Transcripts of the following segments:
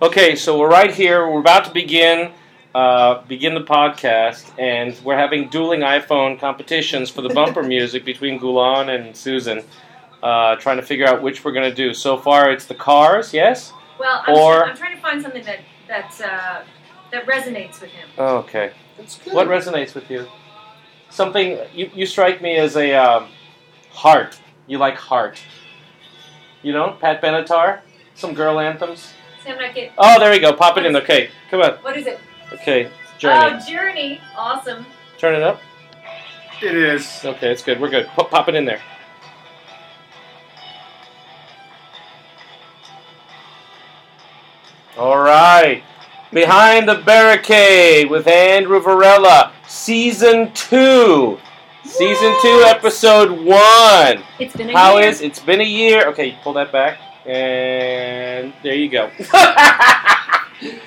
Okay, so we're right here. We're about to begin uh, begin the podcast, and we're having dueling iPhone competitions for the bumper music between Gulan and Susan, uh, trying to figure out which we're going to do. So far, it's the Cars, yes. Well, I'm, Or- try- I'm trying to find something that that uh, that resonates with him. Oh, okay. That's good. What resonates with you? Something you, you strike me as a um, heart. You like heart. You know, Pat Benatar, some girl anthems. See, I'm not getting. Oh, there we go. Pop it in. Okay, come on. What is it? Okay, journey. Oh, Journey. Awesome. Turn it up. it is. Okay, it's good. We're good. Pop, pop it in there. All right. Behind the Barricade with Andrew Varela, Season 2. Season 2, Yes. Episode 1. It's been a How year. is it's been a year? Okay, pull that back, and there you go.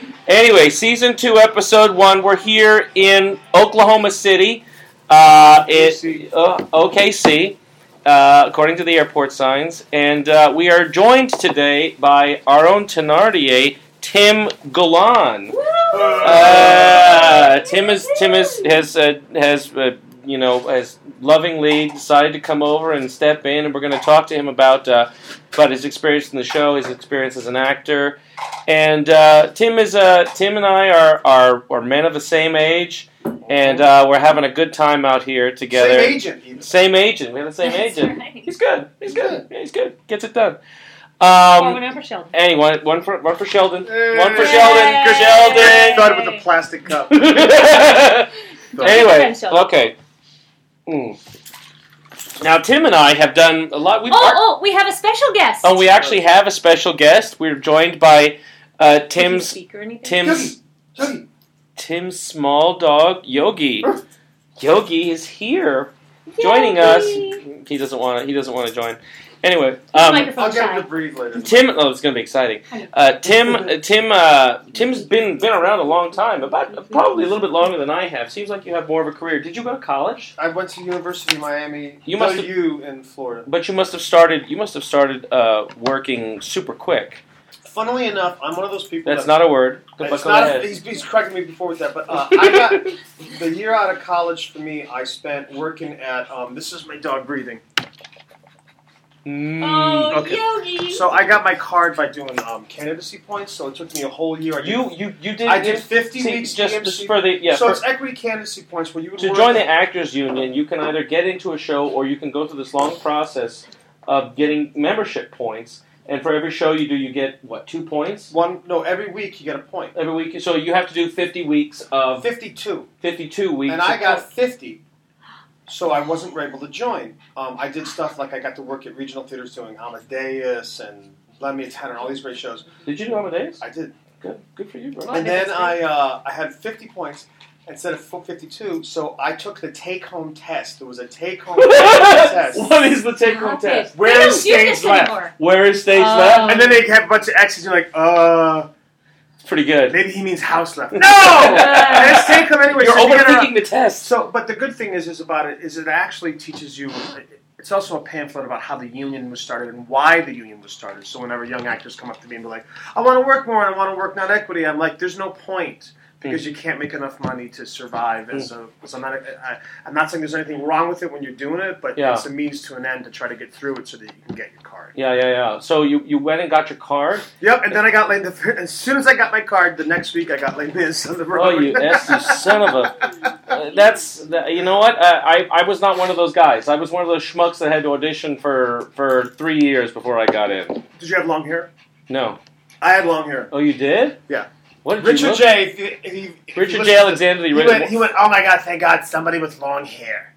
anyway, season two, episode one. We're here in Oklahoma City. Uh, it, OKC. uh, OKC, uh, according to the airport signs, and uh, we are joined today by our own Tenardier, Tim Golan. Woo! Uh, Tim is Tim is, has uh, has uh, you know has lovingly decided to come over and step in, and we're going to talk to him about uh, about his experience in the show, his experience as an actor, and uh, Tim is uh, Tim and I are, are are men of the same age, and uh, we're having a good time out here together. Same agent. Even. Same agent. We have the same That's agent. right. He's good. He's good. Yeah, he's good. Gets it done. Well, Um, whenever Sheldon. anyway, one, one for one for Sheldon. One for Hey. Sheldon. Yay. Sheldon. Started with a plastic cup. anyway, Friendship. okay. Mm. Now Tim and I have done a lot. We've Oh, oh, we have a special guest. and Oh, we actually have a special guest. We're joined by uh, Tim's Speak or anything? Tim's Yogi, Tim's small dog Yogi. Yogi is here joining Yay. us. His He doesn't want to. He doesn't want to join. Anyway, um, microphone I'll get him shy. to breathe later. Tim. Oh, it's going to be exciting. Uh, Tim. Tim. Uh, Tim's been been around a long time. About probably a little bit longer than I have. Seems like you have more of a career. Did you go to college? I went to University of Miami. You must have- you in Florida. But you must have started. You must have started uh, working super quick. Funnily enough, I'm one of those people. That's that, not a word. Go, It's go not. ahead. He's, he's corrected me before with that, but uh, I got the year out of college for me. I spent working at. Um, this is my dog breathing. Mm. Oh, Okay. Yogi. So I got my card by doing um, candidacy points. So it took me a whole year. I did- You you you did. I did 50 see, weeks just, DMC. just for the yeah. so for- it's equity candidacy points where you would to work- join the actors union, you can either get into a show or you can go through this long process of getting membership points. And for every show you do, you get what two points one. No, every week you get a point. every week. So you have to do fifty weeks of Fifty-two, fifty-two weeks. and I of- got fifty. So I wasn't able to join. Um, I did stuff like I got to work at regional theaters doing Amadeus and Let Me Attend and all these great shows. Did you do Amadeus? I did, Good, good for you, bro. Well, and then I uh, I had fifty points instead of full fifty-two. So I took the take-home test. There was a take-home test. what is the take-home Stop it. test? Where They is don't do stage this left? anymore. Where is stage Oh. left? And then they have a bunch of X's. You're like, uh, It's pretty good. maybe he means house left. No, and it's take-home anyway. You're so you get a- overthinking the test. So, but the good thing is, is about it is it actually teaches you. It's also a pamphlet about how the union was started and why the union was started. So whenever young actors come up to me and be like, "I want to work more and I want to work non equity," I'm like, "There's no point." Hmm. Because you can't make enough money to survive, as a, as I'm not, I, I'm not saying there's anything wrong with it when you're doing it, but Yeah. it's a means to an end to try to get through it so that you can get your card. Yeah, yeah, yeah. So you, you went and got your card. Yep, and then I got laid. The, as soon as I got my card, the next week I got laid miss on the road. Oh, you, that's you son of a. Uh, that's that, you know what? Uh, I I was not one of those guys. I was one of those schmucks that had to audition for for three years before I got in. Did you have long hair? No. I had long hair. Oh, you did? Yeah. What did you Richard look? J. If you, if you, if you Richard listen J. to Alexander. The He original- went, he went, oh my god, thank god, somebody with long hair.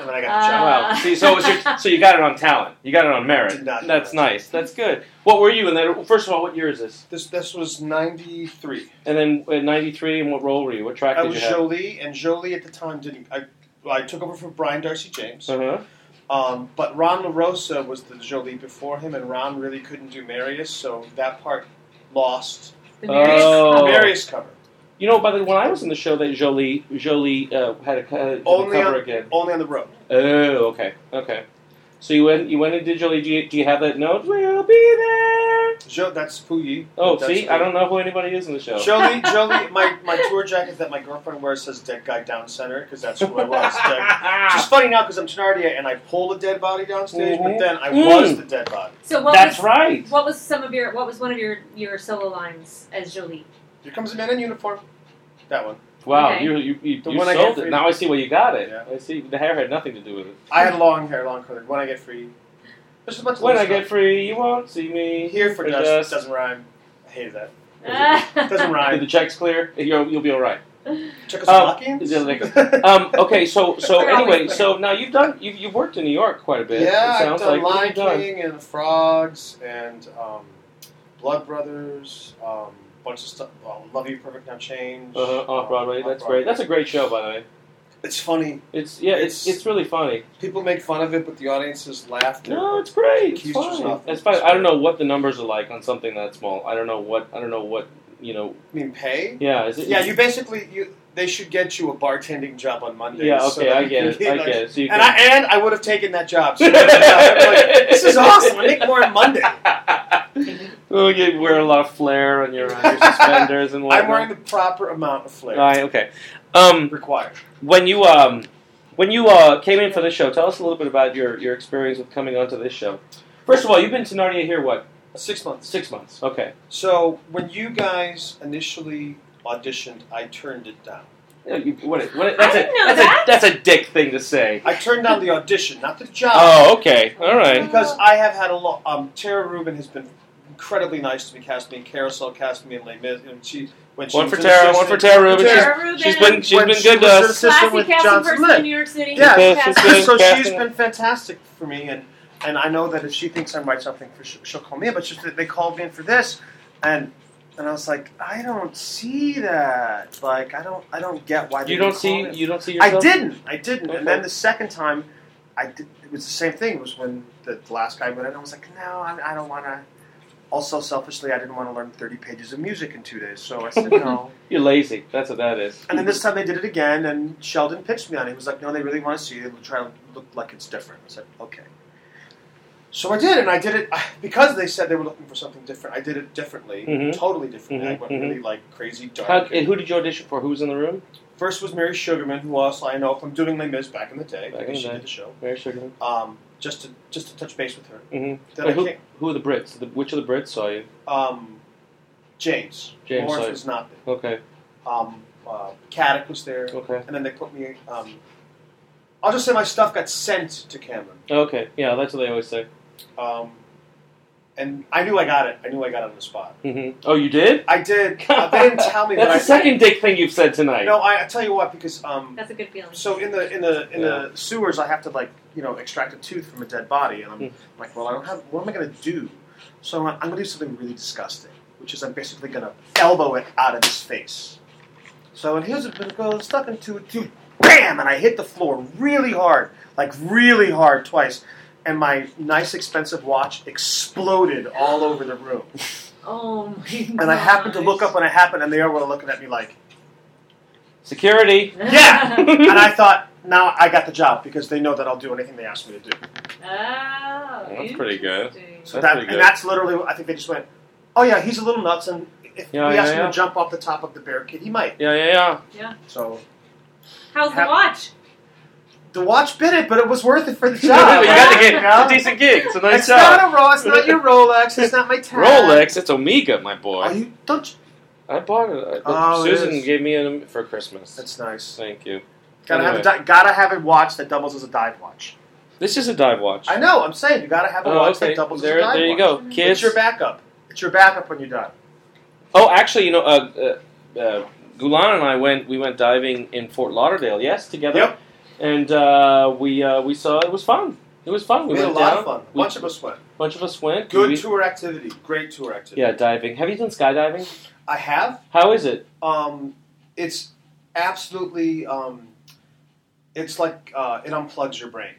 And then I got the job. Wow. See, so it was your, so you got it on talent. You got it on merit. Did not do That's that. nice. That's good. What were you in that? First of all, what year is this? This, this was 93. And then in '93, and what role were you? What track I did was you have? Jolie, and Jolie at the time didn't. I, well, I took over for Brian Darcy James. Uh-huh. Um, but Ron LaRosa was the Jolie before him, and Ron really couldn't do Marius, so that part lost. The Marius Oh. Club. Marius cover. You know, by the when I was in the show, that Jolie Jolie uh, had a, had a Only cover on- again. Only on the road. Oh, okay, okay. So you went you went and did Jolie. Do you, do you have that note? We'll be there. Stewart? Jo- that's Puyi. Oh, That's see, Puyi. I don't know who anybody is in the show. Jolie, Jolie, my, my tour jacket that my girlfriend wears says "Dead Guy Down Center" because that's who I was. Dead. Which is funny now because I'm Tenardia and I pulled a dead body downstage, Mhm. but then I Mm. was the dead body. So what That's was right. what was some of your what was one of your your solo lines as Jolie? Here comes a man in uniform. That one. Wow, Okay. you you, you, The you one I sold get it. for- Now I see where you got it. Yeah. I see the hair had nothing to do with it. I had long hair, long colored. When I get free, there's a bunch of When little I get stuff. free, you won't see me. here for for dust, dust. doesn't rhyme. I hate that. Doesn't Doesn't Did the rhyme. checks clear? You'll, you'll be all right. Czechoslovakians. the other Um, okay, so so We're always anyway, clear. so now you've done you've, you've worked in New York quite a bit. Yeah, it sounds I've done like What have Lion you done? King and Frogs and um, Blood Brothers, um, bunch of stuff. Well, Love You, Perfect Now Change. Uh-huh, off Broadway. um, That's Off-Broadway. great. That's a great show, by the way. It's funny. It's yeah, it's It's- it's really funny. People make fun of it, but the audience's laughter. No, it's great. It's Keys fine. just nothing. It's fine. I don't know what the numbers are like on something that small. I don't know what I don't know what you know. I mean, pay. Yeah, is it, Yeah, you basically you. They should get you a bartending job on Monday. Yeah, okay, I get it. I like, get it. So you And I can- and I would have taken that job. So I'd have been like, this is awesome. I make more on Monday. oh, you wear a lot of flair on your, on your suspenders and whatnot. I'm wearing the proper amount of flair All right, okay. Um, required. when you um, when you uh, came in for this show, tell us a little bit about your, your experience with coming onto this show. First of all, you've been to Narnia here what Six months. six months? Okay. So when you guys initially auditioned, I turned it down. Yeah, you- what a- what a- that's I a, didn't know that's that. a that's a dick thing to say. I turned down the audition, not the job. Oh, okay. All right. Because I have had a lot. Um, Tara Rubin has been incredibly nice to me, cast me in Carousel, cast me in Les Mis, and she when she One was for an Tara, one for assistant- Tara Rubin. Tara Rubin, She's been she's When been she good to was an us. assistant classy with casting John person Smith. in New York City. Yeah, Yes, Casting. it's good. so she's Casting. been fantastic for me, and and I know that if she thinks I write something, for sh- she'll call me. But she, they called me in for this, and and I was like, I don't see that. Like, I don't, I don't get why they You don't didn't call see me. you don't see I yourself. didn't. I didn't. Okay. And then the second time, I did, it was the same thing. It was when the, the last guy went in. I was like, no, I, I don't want to. Also, selfishly, I didn't want to learn 30 pages of music in two days. So I said, no. You're lazy. That's what that is. And then this time they did it again, and Sheldon pitched me on it. He was like, no, they really want to see you. They'll try to look like it's different. I said, okay. So I did, and I did it because they said they were looking for something different. I did it differently, Mhm. totally differently. Mhm, I went mhm. really like crazy dark. How, and who did you audition for? Who was in the room? First was Mary Sugarman, who also I know from doing Les Mis back in the day. Back in the because she day. did the show. Mary Sugarman. um, just to just to touch base with her. Mhm. Then Wait, I who, came, who are the Brits? The, which of the Brits saw you? um, James. James Lawrence Slade. was not there. Okay. Um, uh, Caddick was there, Okay. and then they put me. Um, I'll just say my stuff got sent to Cameron, Okay. Yeah, that's what they always say. um, and I knew I got it. I knew I got it on the spot. hmm Oh, you did? I did. Uh, they didn't tell me, That's the but I. second dick thing you've said tonight. No, I, I tell you what, because um, That's a good feeling. so in the in the in the sewers, I have to like you know extract a tooth from a dead body, and I'm Hmm. like, well, I don't have. What am I going to do? So I'm, I'm going to do something really disgusting, which is I'm basically going to elbow it out of his face. So and here's a bit of gold stuck into a tooth, bam, and I hit the floor really hard, like really hard twice, and my nice expensive watch exploded all over the room. oh my god. And I happened to look up when it happened, and they all were looking at me like. Security. Yeah! and I thought, now I got the job because they know that I'll do anything they ask me to do. Oh, That's pretty good. interesting. So That's that pretty and good. that's literally what I think they just went, oh yeah, he's a little nuts, and if Yeah, we yeah, ask him yeah. to jump off the top of the barricade, he might. Yeah, yeah, yeah. So How's the Hap- watch? the watch bit it, but it was worth it for the Yeah, job. you got to You get know? it's a decent gig. It's a nice it's job. not a Rolex. It's not your Rolex. It's not my tag. Rolex. It's Omega, my Are boy. you? Don't. You, I bought it. uh, Oh, it Susan is. gave me it for Christmas. that's nice. Thank you. Gotta Anyway. have a di- gotta have a watch that doubles as a dive watch. This is a dive watch. I know. I'm saying you gotta have a Oh, watch okay. that doubles there, as a dive there you watch. go, It's kids. It's your backup. It's your backup when you dive. oh, actually, you know, uh, uh, uh, Gulan and I went. We went diving in Fort Lauderdale. Yes, together. Yep. And uh, we uh, we saw it was fun. It was fun. We, We had a went lot down. of fun. A We- bunch of us went. bunch of us went. Good We- tour activity. Great tour activity. yeah, diving. Have you done skydiving? I have. How is it? Um, it's absolutely. Um, it's like uh, it unplugs your brain.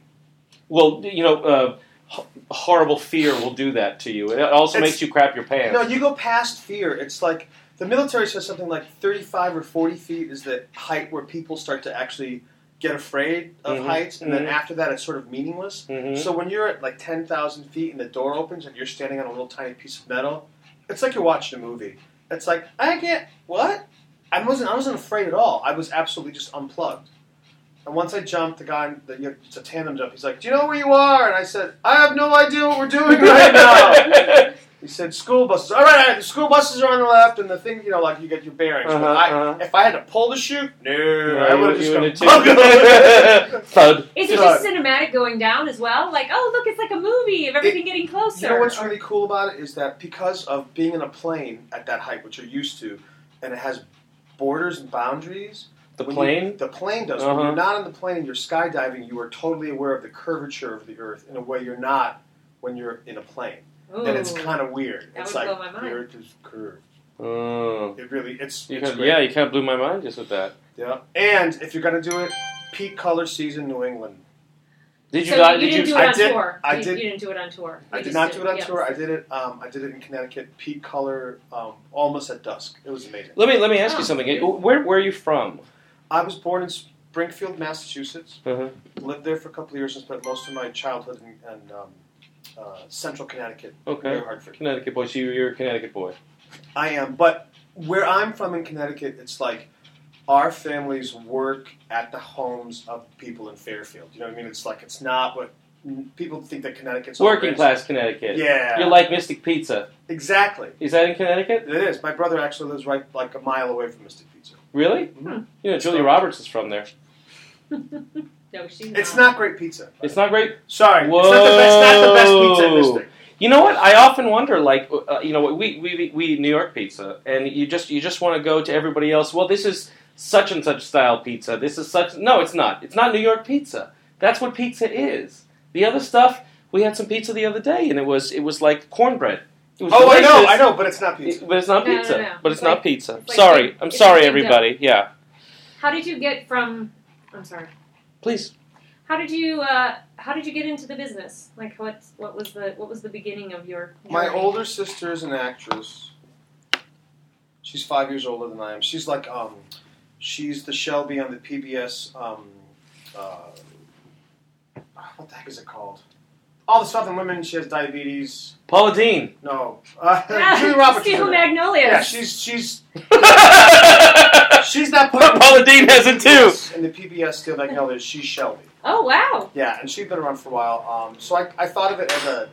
Well, you know, uh, h- horrible fear will do that to you. It also It's- makes you crap your pants. No, you go past fear. It's like the military says something like 35 or 40 feet is the height where people start to actually get afraid of Mhm. heights, and Mhm. then after that, it's sort of meaningless. Mhm. So when you're at like ten thousand feet and the door opens and you're standing on a little tiny piece of metal, it's like you're watching a movie. It's like I can't. What? I wasn't. I wasn't afraid at all. I was absolutely just unplugged. And once I jumped, the guy, the, you know, it's a tandem jump. He's like, "Do you know where you are?" And I said, "I have no idea what we're doing right now." He said school buses. All right, all right, the school buses are on the left, and the thing, you know, like you get your bearings. But Uh-huh, I, uh-huh. If I had to pull the chute, no, No, I you- would have just you gone. would've taken- Thud. Is it just cinematic going down as well? Like, oh, look, it's like a movie of everything getting closer. you know what's really cool about it is that because of being in a plane at that height, which you're used to, and it has borders and boundaries. The when plane? You, the plane does. Uh-huh. When you're not on the plane and you're skydiving, you are totally aware of the curvature of the earth in a way you're not when you're in a plane, Ooh. and it's kind of weird. That it's would like blow my mind. the earth is curved. Oh. It really, it's, You it's kind of, great. yeah, you kind of blew my mind just with that. Yeah. And if you're gonna do it, peak color season New England. Did you so die? you didn't did you? do it I on did- tour. I you, did- you didn't do it on tour. I You did just not do it on yeah. tour. I did it. Um, I did it in Connecticut. Peak color, um, almost at dusk. It was amazing. Let me let me ask you Oh. something. Where where are you from? I was born in Springfield, Massachusetts. Uh-huh. Lived there for a couple of years and spent most of my childhood in, in um, uh, central Connecticut, Okay, near Hartford. Connecticut boy. So you, you're a Connecticut boy. I am, but where I'm from in Connecticut, it's like our families work at the homes of people in Fairfield. You know what I mean? It's like it's not what people think that Connecticut's all Working rich. class Connecticut. Yeah, You're like Mystic Pizza. exactly. Is that in Connecticut? It is. My brother actually lives right like a mile away from Mystic Pizza. Really? Mm-hmm. You know, Julia Roberts is from there. No, she's It's not great pizza. It's not great. Sorry, it's not the best. Not the best pizza at Whoa. Mystic. You know what? I often wonder, like, uh, you know, we, we we- we eat New York pizza, and you just you just want to go to everybody else. Well, this is such and such style pizza. This is such. No, it's not. It's not New York pizza. That's what pizza is. The other stuff. We had some pizza the other day, and it was it was like cornbread. It was Oh, I know, delicious. I know, but it's not pizza. It- but it's not No, no, pizza. no. But it's, It's not like- pizza. it's like sorry, the- I'm it's sorry, like the- everybody. Yeah, How did you get from? I'm sorry. please. How did you? Uh, how did you get into the business? Like, what? What was the? What was the beginning of your? My journey? older sister is an actress. She's five years older than I am. She's like, um, she's the Shelby on the PBS. Um, uh, what the heck is it called? All the Southern women. She has diabetes. Paula Dean. No, uh, Ah, Julie Roberts. is Steel in it. Magnolias. Yeah, she's she's Paula she's that part. of Dean has it too. PBS In the PBS Steel Magnolias, she's Shelby. oh wow. Yeah, and she'd been around for a while. Um, so I, I thought of it as a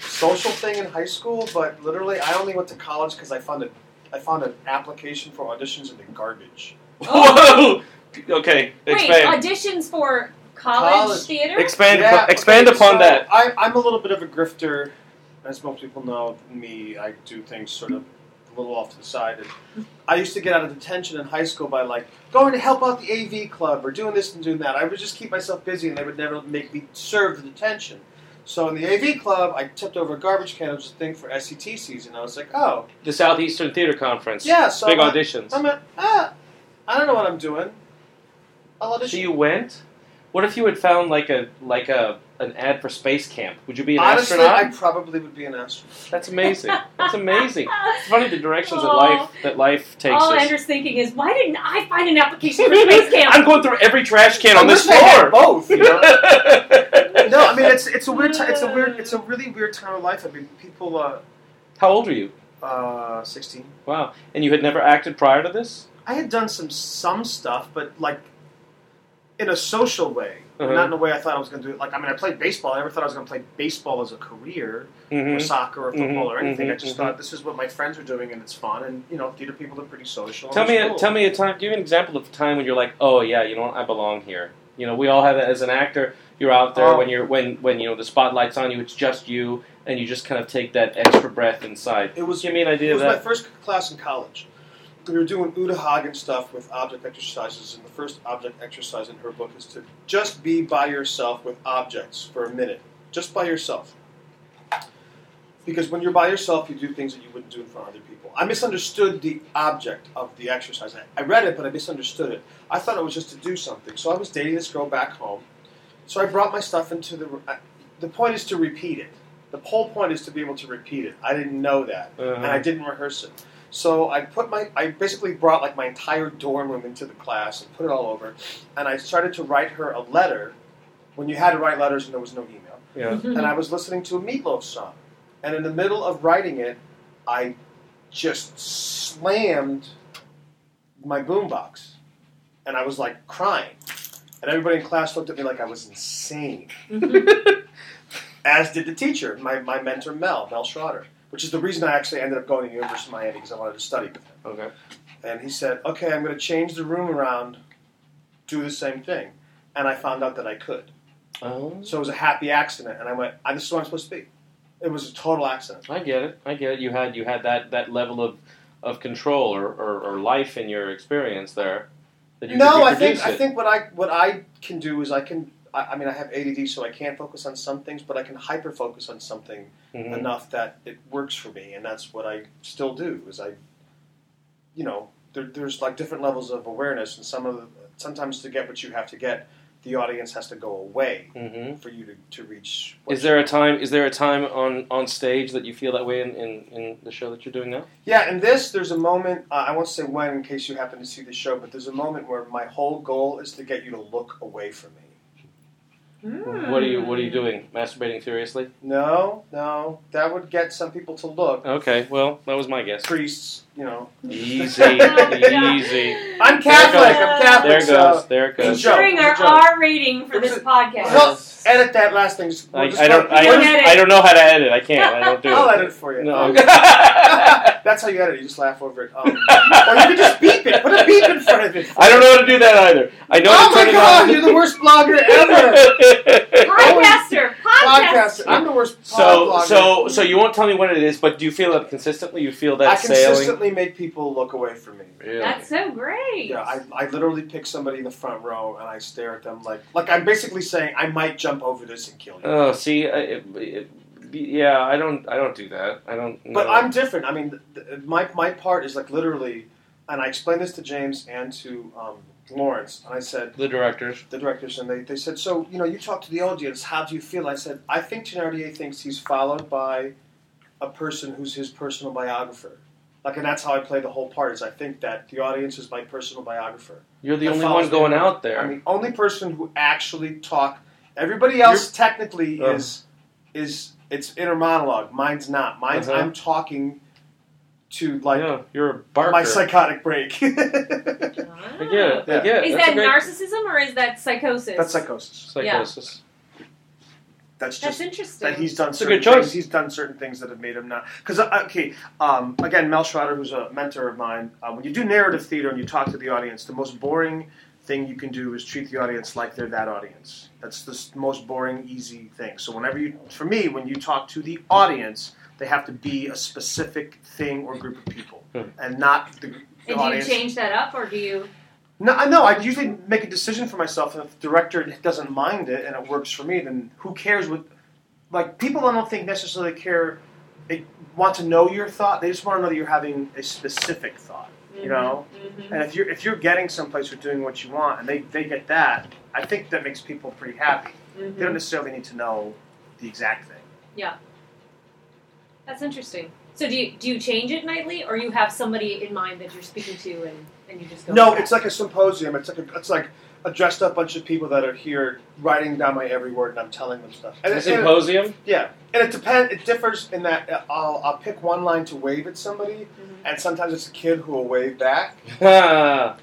social thing in high school, but literally I only went to college because I found a I found an application for auditions in the garbage. Whoa. Okay, Oh. Wait, uh, expand. auditions for college, College. theater? expand. Yeah, upo- expand okay, upon so that. I, I'm a little bit of a grifter, as most people know me. I do things sort of a little off to the side. And I used to get out of detention in high school by like going to help out the AV club or doing this and doing that. I would just keep myself busy, and they would never make me serve the detention. So in the AV club, I tipped over a garbage can. It was a thing for SCT season. I was like, oh The Southeastern Theater Conference. yeah, so Big I'm, like, auditions. I'm like, ah, I don't know what I'm doing. I'll so audition. you went. What if you had found like a like a an ad for space camp? Would you be an Honestly, I astronaut? probably would be an astronaut. That's amazing. That's amazing. It's funny the directions that Oh. life that life takes All us. Andrew's thinking is, why didn't I find an application for space camp? I'm going through every trash can I on this wish I floor. had both. You know? no, I mean it's it's a weird ti it's a weird it's a really weird time of life. I mean people uh, How old are you? uh sixteen. Wow. And you had never acted prior to this? I had done some some stuff, but like in a social way, Uh-huh. not in a way I thought I was going to do it. Like I mean, I played baseball. I never thought I was going to play baseball as a career, or Mm-hmm. soccer, or Mhm, football, or anything. I mhm, just mhm. thought this is what my friends are doing, and it's fun. And you know, theater people are pretty social. Tell and me, it's a, cool. tell me a time. Give me an example of a time when you're like, oh yeah, you know what, I belong here. You know, we all have that as an actor. You're out there Oh. when you're when when you know the spotlight's on you. It's just you, and you just kind of take that extra breath inside. It was Give me an idea It of was my that. first class in college. We were doing Uta Hagen stuff with object exercises, and the first object exercise in her book is to just be by yourself with objects for a minute, just by yourself. Because when you're by yourself, you do things that you wouldn't do in front of other people. I misunderstood the object of the exercise. I, I read it, but I misunderstood it. I thought it was just to do something. So I was dating this girl back home. So I brought my stuff into the. I, the point is to repeat it. The whole point is to be able to repeat it. I didn't know that Uh-huh. and I didn't rehearse it. So I put my, I basically brought like my entire dorm room into the class and put it all over, and I started to write her a letter. When you had to write letters and there was no email, Yeah. Mm-hmm. and I was listening to a Meatloaf song, and in the middle of writing it, I just slammed my boombox, and I was like crying, and everybody in class looked at me like I was insane. As did the teacher, my, my mentor Mel, Mel Schroeder, which is the reason I actually ended up going to the University of Miami because I wanted to study with him. Okay. And he said, okay, I'm going to change the room around, do the same thing. And I found out that I could. Oh, So it was a happy accident. And I went, "I- this is what I'm supposed to be. It was a total accident. I get it. I get it. You had you had that, that level of, of control or, or, or life in your experience there. That you no, could I think reproduce I it. think what I what I can do is I can I, I mean I have ADD so I can't focus on some things, but I can hyper focus on something Mhm. enough that it works for me, and that's what I still do. Is I, you know, there, there's like different levels of awareness, and some of the, sometimes to get what you have to get, the audience has to go away Mhm. for you to, to reach. What Is there a time? Is there a time on, on stage that you feel that way in, in, in the show that you're doing now? Yeah, and this, there's a moment, uh, I won't say when in case you happen to see the show, but there's a moment where my whole goal is to get you to look away from me. What are you What are you doing? Masturbating furiously? No, no, that would get some people to look. Okay, well that was my guess. Priests, you know. Easy, Yeah. easy. There I'm it Catholic, I'm goes. Catholic. There it so- goes. There it It's a goes. joke, Considering it's a our joke. R rating for this It's a- podcast. Well, edit that last thing. We'll I, just I don't. let- I, You edit. I don't know how to edit. I can't. I don't do I'll it. edit it for you. No. Um, that's how you edit. it. You just laugh over it. Um, or you can just beep it. Put a beep in front of it. I don't know how to do that either. I know. Oh how to my turn god! it You're the worst blogger ever. on. Podcaster, Podcast. podcaster. I'm the worst. pod so, blogger. so, so you won't tell me what it is, but do you feel it consistently? You feel that I sailing? consistently make people look away from me. Really? That's so great. Yeah, I, I literally pick somebody in the front row and I stare at them like like I'm basically saying I might jump over this and kill you. Oh, see, I, it, it, yeah, I don't, I don't do that. I don't. But no. I'm different. I mean, th- th- my my part is like literally, and I explained this to James and to um, Lawrence, and I said. the directors. the directors, and they, they said, so, you know, you talk to the audience, how do you feel? I said, I think Thenardier thinks he's followed by a person who's his personal biographer. Like, and that's how I play the whole part, is I think that the audience is my personal biographer. You're the That only follows one going me. out there. I'm the only person who actually talk. Everybody else technically Uh. is, is, it's inner monologue. Mine's not. Mine's, Uh-huh. I'm talking to, like, yeah, you're a barker. my psychotic break. I get it. I Yeah. get it. Ah. Is That's a that great narcissism or is that psychosis? that's psychosis. psychosis? That's just That's interesting. that he's done It's a certain good choice. things. He's done certain things that have made him not. Because okay, um, again, Mel Schroeder, who's a mentor of mine, uh, when you do narrative theater and you talk to the audience, the most boring thing you can do is treat the audience like they're that audience. That's the s- most boring, easy thing. So whenever you, for me, when you talk to the audience, they have to be a specific thing or group of people, Hmm. and not the, the and do you audience. change that up or do you? No, I know. I usually make a decision for myself, and if the director doesn't mind it and it works for me, then who cares what? Like people, I don't think necessarily care. They want to know your thought. They just want to know that you're having a specific thought. You know, Mhm. and if you're if you're getting someplace or doing what you want, and they they get that, I think that makes people pretty happy. Mhm. They don't necessarily need to know the exact thing. That's interesting. So do you do you change it nightly, or you have somebody in mind that you're speaking to, and, and you just go? No, with it's like a symposium. It's like a, it's like a dressed up bunch of people that are here writing down my every word, and I'm telling them stuff. And A it- and it- symposium. Yeah, and it depends. It differs in that uh, I'll, I'll pick one line to wave at somebody, Mhm. and sometimes it's a kid who will wave back, that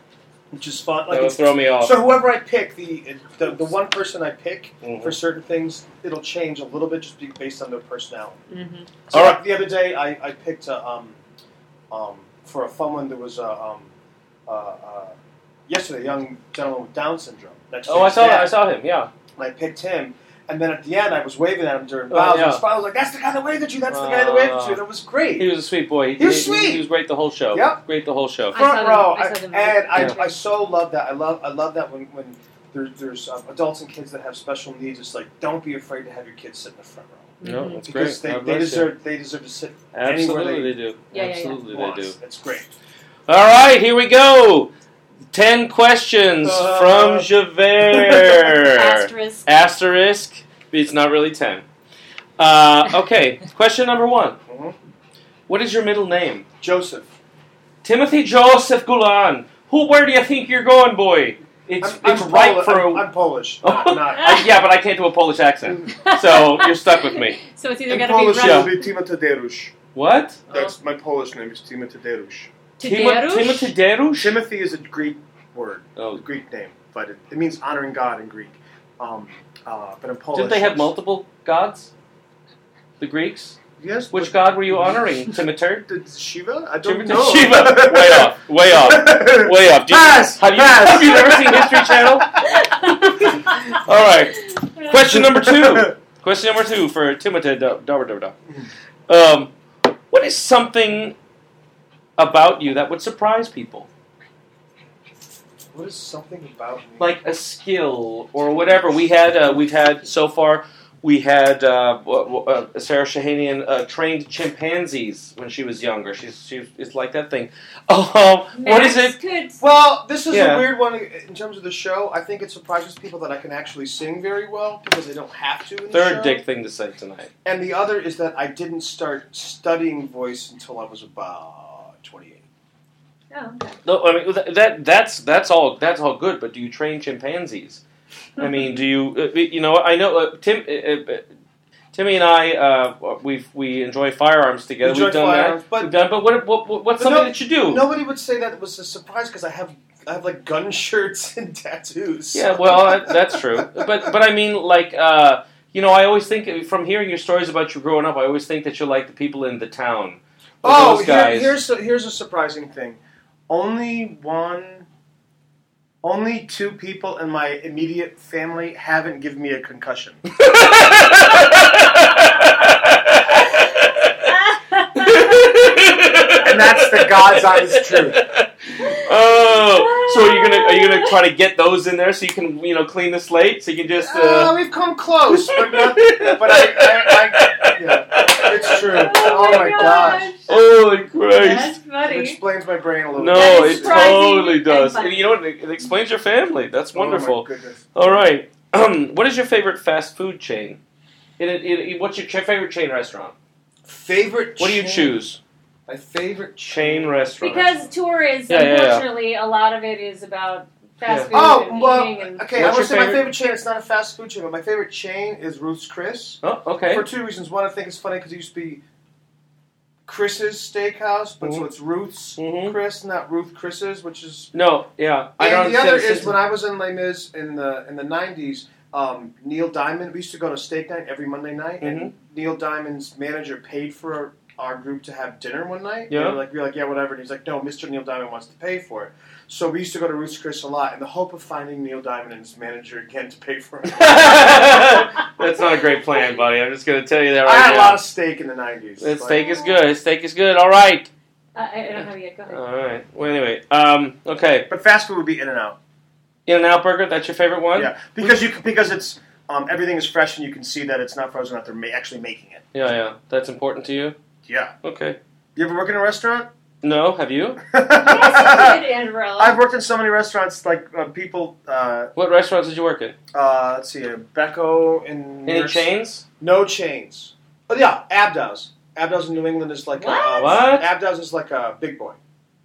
which is fun. Like will it's- throw me off. so whoever I pick, the, the the one person I pick Mhm. for certain things, it'll change a little bit just be- based on their personality. Mhm. So All like the other day, I, I picked a, um, um, for a fun one. There was a um, uh, uh, yesterday a young gentleman with Down syndrome. That's oh, I saw that. that. I saw him. Yeah. and I picked him. And then at the end, I was waving at him during Oh, bows. yeah. Uh, And I was like, "That's the guy that waved at you. That's the guy that waved at you." That was He great. was a sweet boy. He, He was he- sweet. He was great the whole show. Yep. Great the whole show. I saw Front them- row, I saw them. and I, Yeah. I so love that. I love I love that when when there, there's um, adults and kids that have special needs. It's like don't be afraid to have your kids sit in the front row Mm-hmm. No, that's because great. God they, they bless you. deserve they deserve to sit. Absolutely, anywhere they do. Yeah, yeah, yeah. Absolutely, they do. once. It's great. All right, here we go. Ten questions Uh. from Javert. Asterisk. Asterisk. It's not really ten. Uh, okay, question number one. Mhm. Mm-hmm. What is your middle name? Joseph, Timothy Joseph Gulan. Who? Where do you think you're going, boy? It's I'm, it's I'm right Poli- for a- I'm, I'm Polish. Oh. I'm not. I- yeah, but I can't do a Polish accent, so you're stuck with me. So it's either In got to Polish, be yeah. Russian. it would be Tima Tadeusz. What? That's my Polish name. Is Tima Tadeusz. Timo- Timothy Derush? Timothy is a Greek word, a Oh, Greek name, but it, it means honoring God in Greek. Um, uh, but in Polish, didn't they have it's- multiple gods? The Greeks. Yes, Which god were you honoring? Timothy? Did Shiva? I don't Timothy know. Shiva. Way off. Way off. Way off. Do you- Pass, have, you, pass. have you ever seen History Channel? All right. Question number two. Question number two for Timothy Dobber Dobber Um, what is something about you that would surprise people? What is something about me? Like a skill or whatever. We had, uh, we've had so far, we had uh, w- w- uh, Sarah Shahanian uh, trained chimpanzees when she was younger. She's, she it's like that thing. Oh, what is it? Could, Well, this is Yeah. a weird one in terms of the show. I think it surprises people that I can actually sing very well because I don't have to. In the show. Third dick thing to say tonight. And the other is that I didn't start studying voice until I was about 28. oh, okay. No, I mean th- that that's that's all that's all good. But do you train chimpanzees? I mean, do you uh, you know? I know uh, Tim. Uh, uh, Timmy and I, uh, we we enjoy firearms together. Enjoy We've done firearms, that. but- We've done, but what, what, what what's But something no- that you do? Nobody would say that was a surprise because I have I have like gun shirts and tattoos. Yeah, well, that- that's true. But but I mean, like, uh, you know, I always think uh, from hearing your stories about you growing up, I always think that you're like the people in the town. Like Oh, those here- guys. here's a, here's a surprising thing. Only one, only two people in my immediate family haven't given me a concussion. and that's the God's honest truth. Oh, so are you gonna are you gonna try to get those in there so you can you know clean the slate so you can just. Uh, Uh... we've come close, but not. but I- I- yeah, it's true. Oh Oh, my gosh. Holy That's Christ! It funny. explains my brain a little. bit. No, That is it surprising totally and does. funny. And you know what? It it explains your family. That's Oh my wonderful. goodness. All right. Um, what is your favorite fast food chain? It, it, it, what's your cha- favorite chain restaurant? Favorite. What do you chain- choose? My favorite Chain restaurant. Because tour is Yeah, yeah, yeah. unfortunately a lot of it is about Yeah. fast food Oh and well, eating and Uh, What's okay. I your would say my favorite- favorite chain. It's not a fast food chain, but my favorite chain is Ruth's Chris. oh, okay. For two reasons. One, I think it's funny because it used to be Chris's Steakhouse, but so Mhm. it's Ruth's Mhm. Chris, not Ruth Chris's, which is. No, yeah, I and don't. the other understand- is when I was in Les Mis in the in the nineties. Um, Neil Diamond. We used to go to steak night every Monday night, Mm-hmm. and Neil Diamond's manager paid for our, our group to have dinner one night. And Yeah. we were like we were like yeah, whatever. And he's like, no, Mr. Neil Diamond wants to pay for it. So we used to go to Ruth's Chris a lot in the hope of finding Neil Diamond and his manager again to pay for it. That's not a great plan, buddy. I'm just gonna tell you that right I had a now. lot of steak in the nineties. That steak is good. Steak is good. All right. I, I don't have it yet. Go ahead. All right. Well, anyway. Um. Okay. But fast food would be In and Out. In and Out Burger. That's your favorite one. Yeah, because you can- because it's um, everything is fresh and you can see that it's not frozen out. They're ma- actually making it. Yeah. yeah. That's important to you. Yeah. Okay. You ever work in a restaurant? No. Have you? yes, you did, Andrella. I've worked in so many restaurants, like uh, people. Uh, What restaurants did you work in? Uh, let's see, uh, Becco in Any chains? No chains. Oh yeah, Abdows. Abdows in New England is like a What? What? Abdows is like a big boy.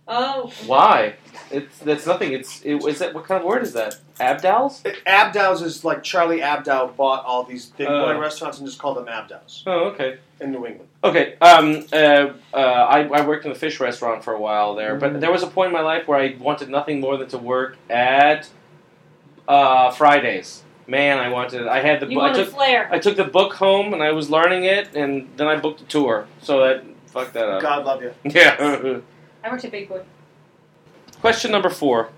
oh, Why? It's that's nothing. It's it, is that what kind of word is that? Abdals? It- Abdows is like Charlie Abdow bought all these big boy Oh. restaurants and just called them Abdows Oh, okay. in New England. Okay. Um. Uh. uh I, I worked in a fish restaurant for a while there, but Mm. there was a point in my life where I wanted nothing more than to work at uh, Fridays. Man, I wanted. I had the. you bu- I want a took. flare. I took the book home and I was learning it, and then I booked a tour. So that fucked that up. God love you. Yeah. I worked at Big Boy. Question number four.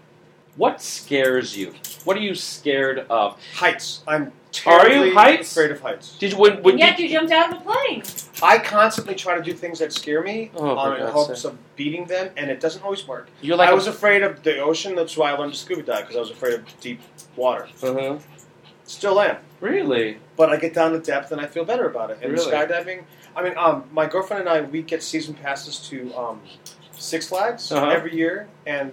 What scares you? What are you scared of? Heights. I'm Are you terribly heights? afraid of heights. Did you when, when And yet you, you, jumped out of a plane. I constantly try to do things that scare me Oh, for um, in God's hopes of beating them, and it doesn't always work. you're like I a- was afraid of the ocean. That's why I learned to scuba dive because I was afraid of deep water. uh-huh. Still am. really but I get down to depth and I feel better about it. And Really? skydiving, I mean, um, my girlfriend and I we get season passes to um, Six Flags Uh-huh. every year, and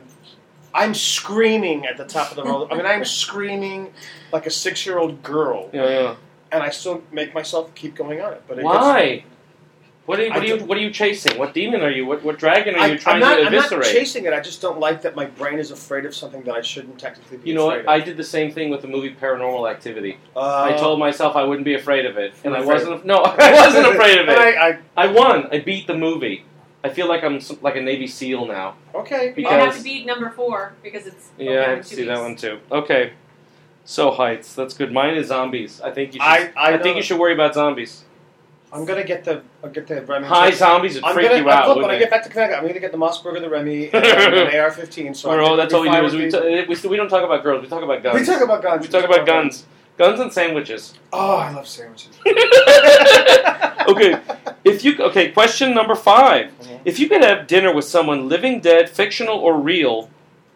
I'm screaming at the top of the roller. I mean, I'm screaming like a six year old girl, yeah yeah. and I still make myself keep going on it. But it Why? Gets, What are you? What are you? What are you chasing? What demon are you? What what dragon are I, you trying am not, to I'm not eviscerate? chasing it. I just don't like that my brain is afraid of something that I shouldn't technically be you know afraid what? I did the same thing with the movie Paranormal Activity. of. I Uh, told myself I wouldn't be afraid of it, and You're I afraid wasn't. No, I wasn't afraid of it. I, I, I won. I beat the movie. I feel like I'm s- like a Navy SEAL now. okay. You have Because- to beat number four because it's Yeah, I okay, have to two see that weeks. one too. Okay, so heights. That's good. Mine is zombies. I think you. Should, I, I, think you should worry about zombies. I'm gonna get the. I'll get the. Remy High zombies would I'm freak gonna, you I'm- out, look, wouldn't when I it? get back to Connecticut, I'm gonna get the Mossberg and the Remy and an AR-15. So I Or, think oh, that's all we'll be we do fine is with we, these. t- we, we don't talk about girls. We talk about guns. we talk about guns. We talk about guns. Guns and sandwiches. Oh, I love sandwiches. okay, if you okay, question number 5 Mhm. If you could have dinner with someone living, dead, fictional, or real,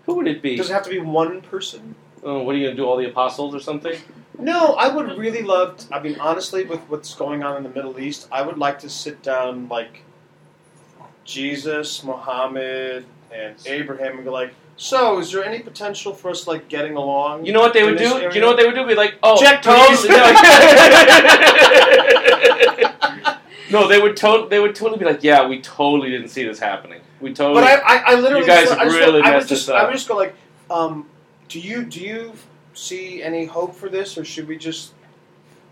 who would it be? Does it have to be one person? Oh, what are you gonna do? All the apostles or something? No, I would really love. To, I mean, honestly, with what's going on in the Middle East, I would like to sit down like Jesus, Muhammad, and Abraham, and be like, "So, is there any potential for us like getting along?" You know what they In would this do? area? You know what they would do? Be like, oh, Jack totally- Toes. No, No, they would totally. They would totally be like, yeah, we totally didn't see this happening. We totally. But I, I, I literally Oh, You guys just, I just really go- I would messed just, this up. I would just go like, um, do you do you see any hope for this, or should we just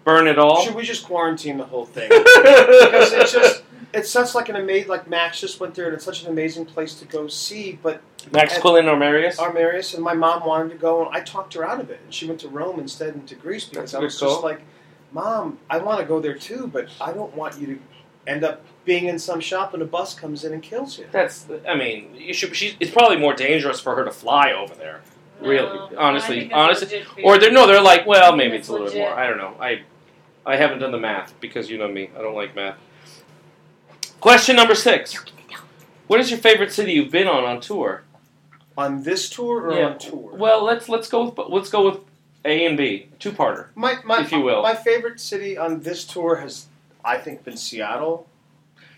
burn it all. should we just quarantine the whole thing? because it's just it's such like an amazing like Max just went there, and it's such an amazing place to go see. But Max Quillen or Marius? Armarius and my mom wanted to go, and I talked her out of it, and she went to Rome instead and to Greece That's because a I good was just call. like, Mom, I want to go there too, but I don't want you to end up being in some shop and a bus comes in and kills you. That's. I mean, you should. She's, it's probably more dangerous for her to fly over there. Really, No, honestly, I think that's honestly. legit fear. Or they're no, they're like, well, maybe That's it's a little bit legit. more. I don't know. I, I haven't done the math because you know me. I don't like math. Question number six. What is your favorite city you've been on on tour? On this tour or Yeah. on tour? Well, let's let's go with, let's go with A and B, two parter. my, my, if you will. My favorite city on this tour has, I think, been Seattle.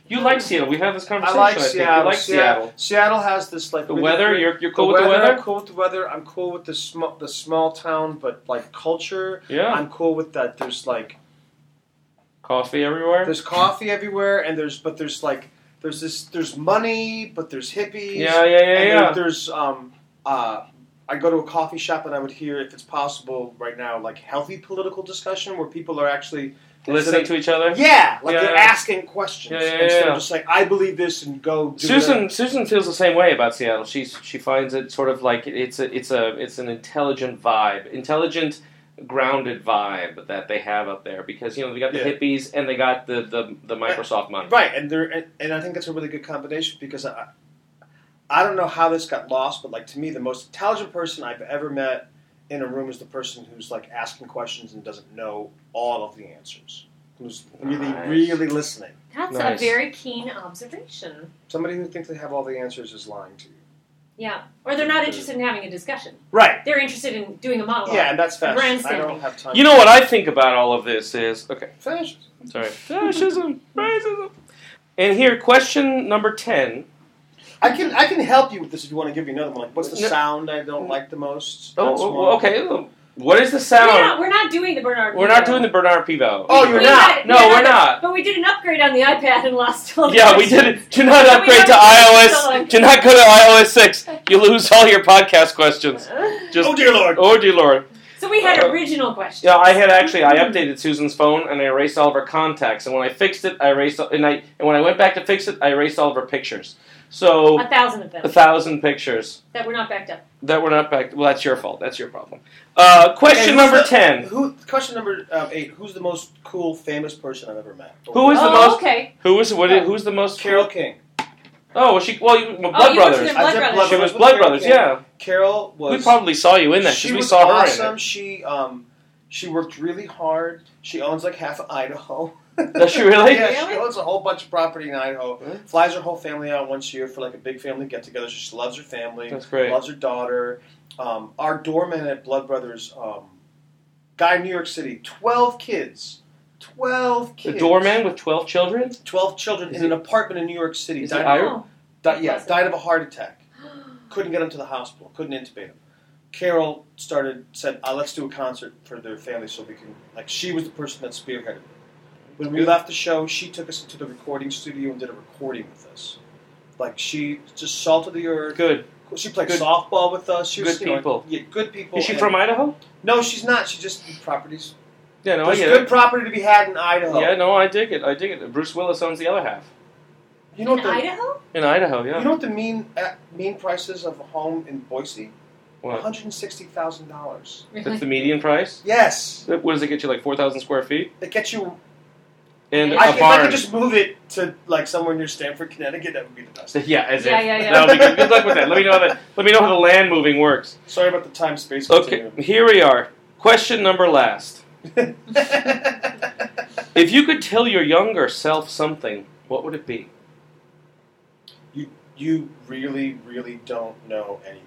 You like Seattle? We have this I conversation. like think. Seattle. You like Seattle? Seattle. Seattle has this like The really weather? great- You're you're cool with weather, the I'm weather? cool with the weather. I'm cool with the small the small town, but like culture. Yeah. I'm cool with that. There's like Coffee everywhere. there's coffee everywhere, and there's but there's like there's this there's money, but there's hippies. Yeah, yeah, yeah, and yeah. There, there's um uh. I go to a coffee shop and I would hear, if it's possible right now, like healthy political discussion where people are actually Listening to each other. Yeah, like Yeah, they're yeah. asking questions Yeah, yeah, instead yeah. of just like I believe this and go. Do Susan that. Susan feels the same way about Seattle. She's she finds it sort of like it's a it's a it's an intelligent vibe, intelligent grounded vibe that they have up there because you know they got the Yeah. hippies and they got the the, the Microsoft money. right, and they're and, and I think that's a really good combination because I I don't know how this got lost, but like to me, the most intelligent person I've ever met in a room is the person who's like asking questions and doesn't know all of the answers. Who's really, Nice. really listening. That's Nice. a very keen observation. Somebody who thinks they have all the answers is lying to you. Yeah. Or they're not interested in having a discussion. Right. They're interested in doing a monologue. Yeah, and that's fashion. I Oh, Grandstanding. don't have time. You know what I think about all of this is okay. Fashion. Sorry. Fascism, racism. And here, question number 10. I can I can help you with this if you want to give me another one. Like, what's the No. sound I don't like the most? Oh, That's oh, one. okay. What is the We're sound? not, we're not doing the Bernard. We're not doing the Bernard Pivot. Oh, you're we not. had- No, we had we're an- not. But we did an upgrade on the iPad and lost all the Yeah, we questions. did it. Do not We upgrade to haven't done iOS. it. Do not go to iOS 6. You lose all your podcast questions. Just Oh dear lord. Oh dear lord! So we had Uh, original questions. Yeah, I had actually I updated Susan's phone and I erased all of her contacts. And when I fixed it, I erased and I and when I went back to fix it, I erased all of her pictures. So a thousand of them a thousand pictures that were not backed up. that were not back. Well, that's your fault. That's your problem. Uh, Okay, question who's number the- ten. Who? Question number um, eight. Who's the most cool, famous person I've ever met? Who is the oh, most- okay. Who was what? Who's the most? Carol King? Oh, was she. Well, you, well, Oh, Blood you were Brothers. Blood I did Brothers. Blood She was with Blood Carol Brothers. King. Yeah, Carol was. we probably saw you in that she because we was saw awesome. her in it. She um, she worked really hard. She owns like half of Idaho. Does she really? yeah, Really? she owns a whole bunch of property in Idaho. Really? Flies her whole family out once a year for like a big family get together. She loves her family. That's great. Loves her daughter. Um, our doorman at Blood Brothers, um, guy in New York City, twelve kids. Twelve The kids. doorman with twelve children. 12 children Is in an apartment in New York City. Is died, he Irish? Oh. di- yeah, Impressive. died of a heart attack. Couldn't get him to the hospital. Couldn't intubate him. Carol started said, uh, "Let's do a concert for their family so we can." Like she was the person that spearheaded. it. When we left the show, she took us into the recording studio and did a recording with us. Like she just salted the earth. Good. She played Good- softball with us. She was, good you know, people. yeah, good people. Is she and- from Idaho? No, she's not. She just Oh, properties. Yeah, no, I There's get good it. property to be had in Idaho. Yeah, no, I dig it. I dig it. Bruce Willis owns the other half You know in what the Idaho? in Idaho. Yeah. you know what the mean uh, mean prices of a home in Boise? One What? hundred and sixty thousand dollars. That's the median price. Yes, What does it get you? Like four thousand square feet it gets you. and I, a if I barn. could just move it to like somewhere near Stamford, Connecticut, that would be the best. Yeah, as Yeah, if. yeah, yeah. That'll be good. good luck with that. Let me know how that. Let me know how the land moving works. Sorry about the time space. Okay, here we are. Question number last. continuum. If you could tell your younger self something, what would it be? you really, really don't know anything.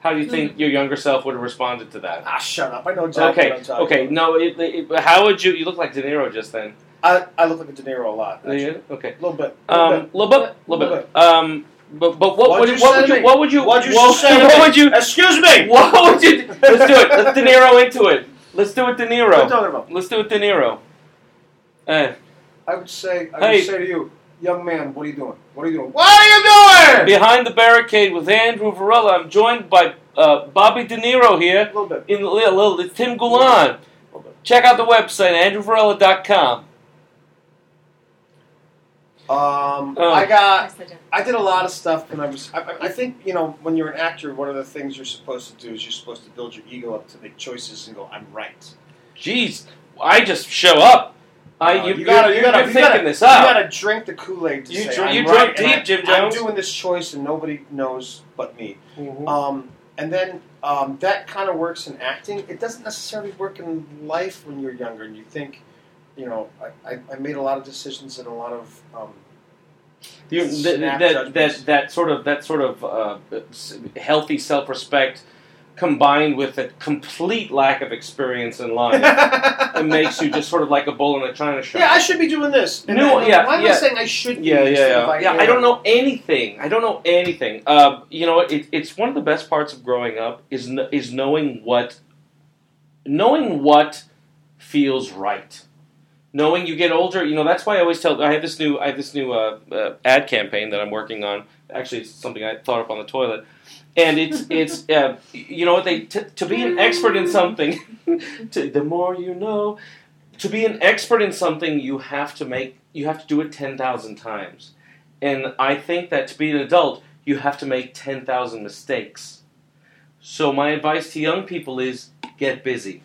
How do Hmm. you think your younger self would have responded to that? Ah, shut up! I know exactly Okay, what I'm talking okay. about. No, it, it, how would you? You look like De Niro just then. I, I look like a De Niro a lot. Yeah, actually. Okay. A little bit. A little Um, little bit, little Little bit. Um, but but what What'd would you, you what say would to you me? what would you What'd you what, say to what me? would you bit. Excuse me. what would you? Let's do it. Let's De Niro into it. Let's do it, De What are you Niro. talking about? Let's do it, De Niro. Eh, I would say, I Hey. would say to you, young man, what are you doing? What are you doing? What are you doing? behind the barricade with Andrew Varela, I'm joined by uh, Bobby De Niro here. A little bit. in the little, little it's Tim Gulan. Check out the website andrewvarela.com. Um, Oh. I got. Yes, I did. I did a lot of stuff when I was. I, I- I think you know when you're an actor, one of the things you're supposed to do is you're supposed to build your ego up to make choices and go, "I'm right." Jeez, I just show up. I Uh, you, you gotta- you're, you gotta- you're you thinking gotta- this You up. gotta drink the Kool Aid to You say, drink- "I'm you right, drink and I- deep, Jim Jones." I'm doing this choice, and nobody knows but me. Mhm. Um, and then um, that kind of works in acting. It doesn't necessarily work in life when you're younger, and you think, you know, I, I, I made a lot of decisions and a lot of. Um, You- th- Snap that, that, judgments. that, that sort of that sort of uh, s- healthy self respect combined with a complete lack of experience in life it makes you just sort of like a bull in a china shop. Yeah, I should be doing this. And No, then, yeah, why am yeah. I saying I should? be Yeah, doing this yeah, if yeah. I yeah am? I don't know anything. I don't know anything. Uh, you know, it, it's one of the best parts of growing up is kn- is knowing what knowing what feels right. Knowing you get older, you know that's why I always tell. I have this new I have this new uh, uh, ad campaign that I'm working on. Actually, it's something I thought up on the toilet, and it's it's uh, you know what they t- to be an expert in something. to, the more you know, to be an expert in something, you have to make you have to do it ten thousand times, and I think that to be an adult, you have to make ten thousand mistakes. So my advice to young people is get busy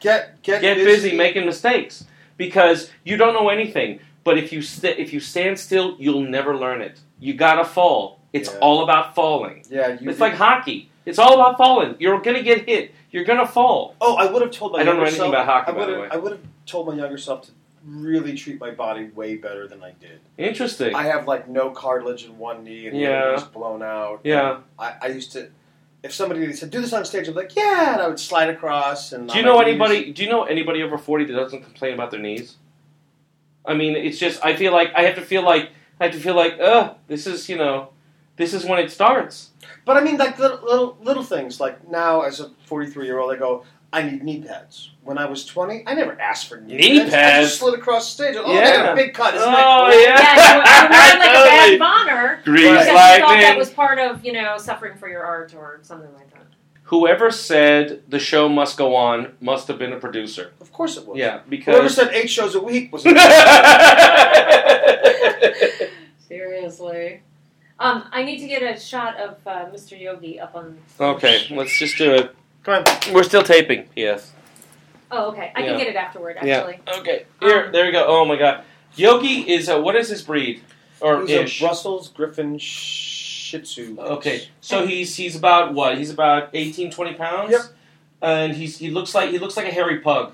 Get get get busy making mistakes because you don't know anything. But if you st- if you stand still, you'll never learn it. You gotta fall. It's Yeah. all about falling. Yeah, you. it's like hockey. It's all about falling. You're gonna get hit. You're gonna fall. oh, I would have told my. I don't know younger anything self- about hockey, I by the would've- way. I would have told my younger self to really treat my body way better than I did. Interesting. I have like no cartilage in one knee, and the Yeah. other knee's blown out. yeah. I, I used to. If somebody said do this on stage, I'd be like, yeah, and I would slide across. And Do you on know my knees. anybody? Do you know anybody over forty that doesn't complain about their knees? I mean, it's just I feel like I have to feel like I have to feel like uh this is you know this is when it starts. But I mean, like little little, little things. Like now, as a forty-three-year-old, I go, I need knee pads. When I was twenty, I never asked for knee, Knee pads. I pads? just slid across the stage. and, Oh, I Yeah. got a big cut. Isn't Oh, that cool? yeah. Yeah, you were- you were like a badge Totally. of honor. Grease Because Right. you lightning. thought that was part of, you know, suffering for your art or something like that. Whoever said the show must go on must have been a producer. Of course it was. Yeah, Whoever because said eight shows a week was. oh, Seriously. Um, I need to get a shot of uh, Mr. Yogi up on. okay, let's just do it. Come on. We're still taping. Yes. Oh, okay. I Yeah. can get it afterward, Yeah. actually. Okay. Um, Here, there we go. Oh my God, Yogi is a, what is his breed or He's a ish? Brussels Griffin Shih Tzu. Okay, so he's he's about what? He's about 18, 20 pounds. Yep. And he's he looks like he looks like a hairy pug,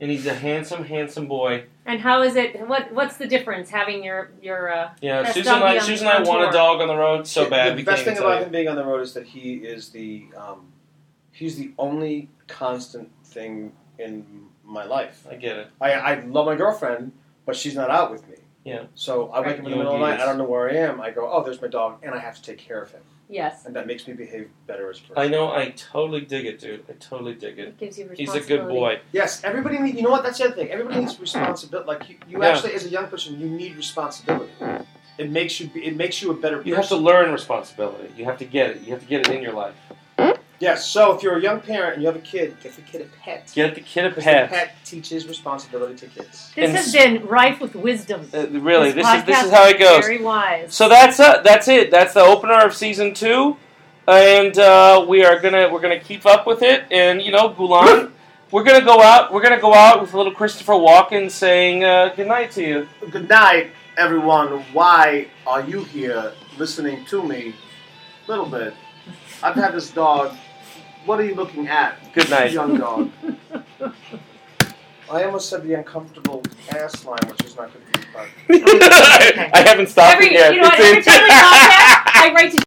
and he's a handsome, handsome boy. And how is it? What What's the difference having your your? Uh, Yeah. That's Susan and doggy I on- Susan and I on want a tour. dog on the road so The- bad. The, we can't best thing even tell about you. him being on the road is that he is the um, he's the only constant thing in my life. I get it. I, I love my girlfriend, but she's not out with me. Yeah. So I wake Right. up in the middle of the night. Yogis. I don't know where I am. I go, oh, there's my dog, and I have to take care of him, Yes. and that makes me behave better as a person. I know. I totally dig it, dude. I totally dig it. It gives you He's a good boy. Yes, everybody need. You know what? That's the other thing. Everybody needs responsibility. Like you, you Yeah. actually, as a young person, you need responsibility. It makes you. Be, it makes you a better person. You have to learn responsibility. You have to get it. You have to get it in your life. Yes. So if you're a young parent and you have a kid, get the kid a pet. Get the kid a Because pet. The pet teaches responsibility to kids. And This has been rife with wisdom. Uh, really, this is this podcast is how it goes. Very wise. So that's uh, that's it. That's the opener of season two, and uh, we are gonna we're gonna keep up with it. And you know, Gulan, we're gonna go out. We're gonna go out with little Christopher Walken saying uh, good night to you. Good night, everyone. Why are you here listening to me? Little bit. I've had this dog. What are you looking at? Good night. Oh, Young dog. I almost said the uncomfortable ass line, which is not good. But I haven't stopped Every, it yet. you know what? Every It's in- time we talk that, I write to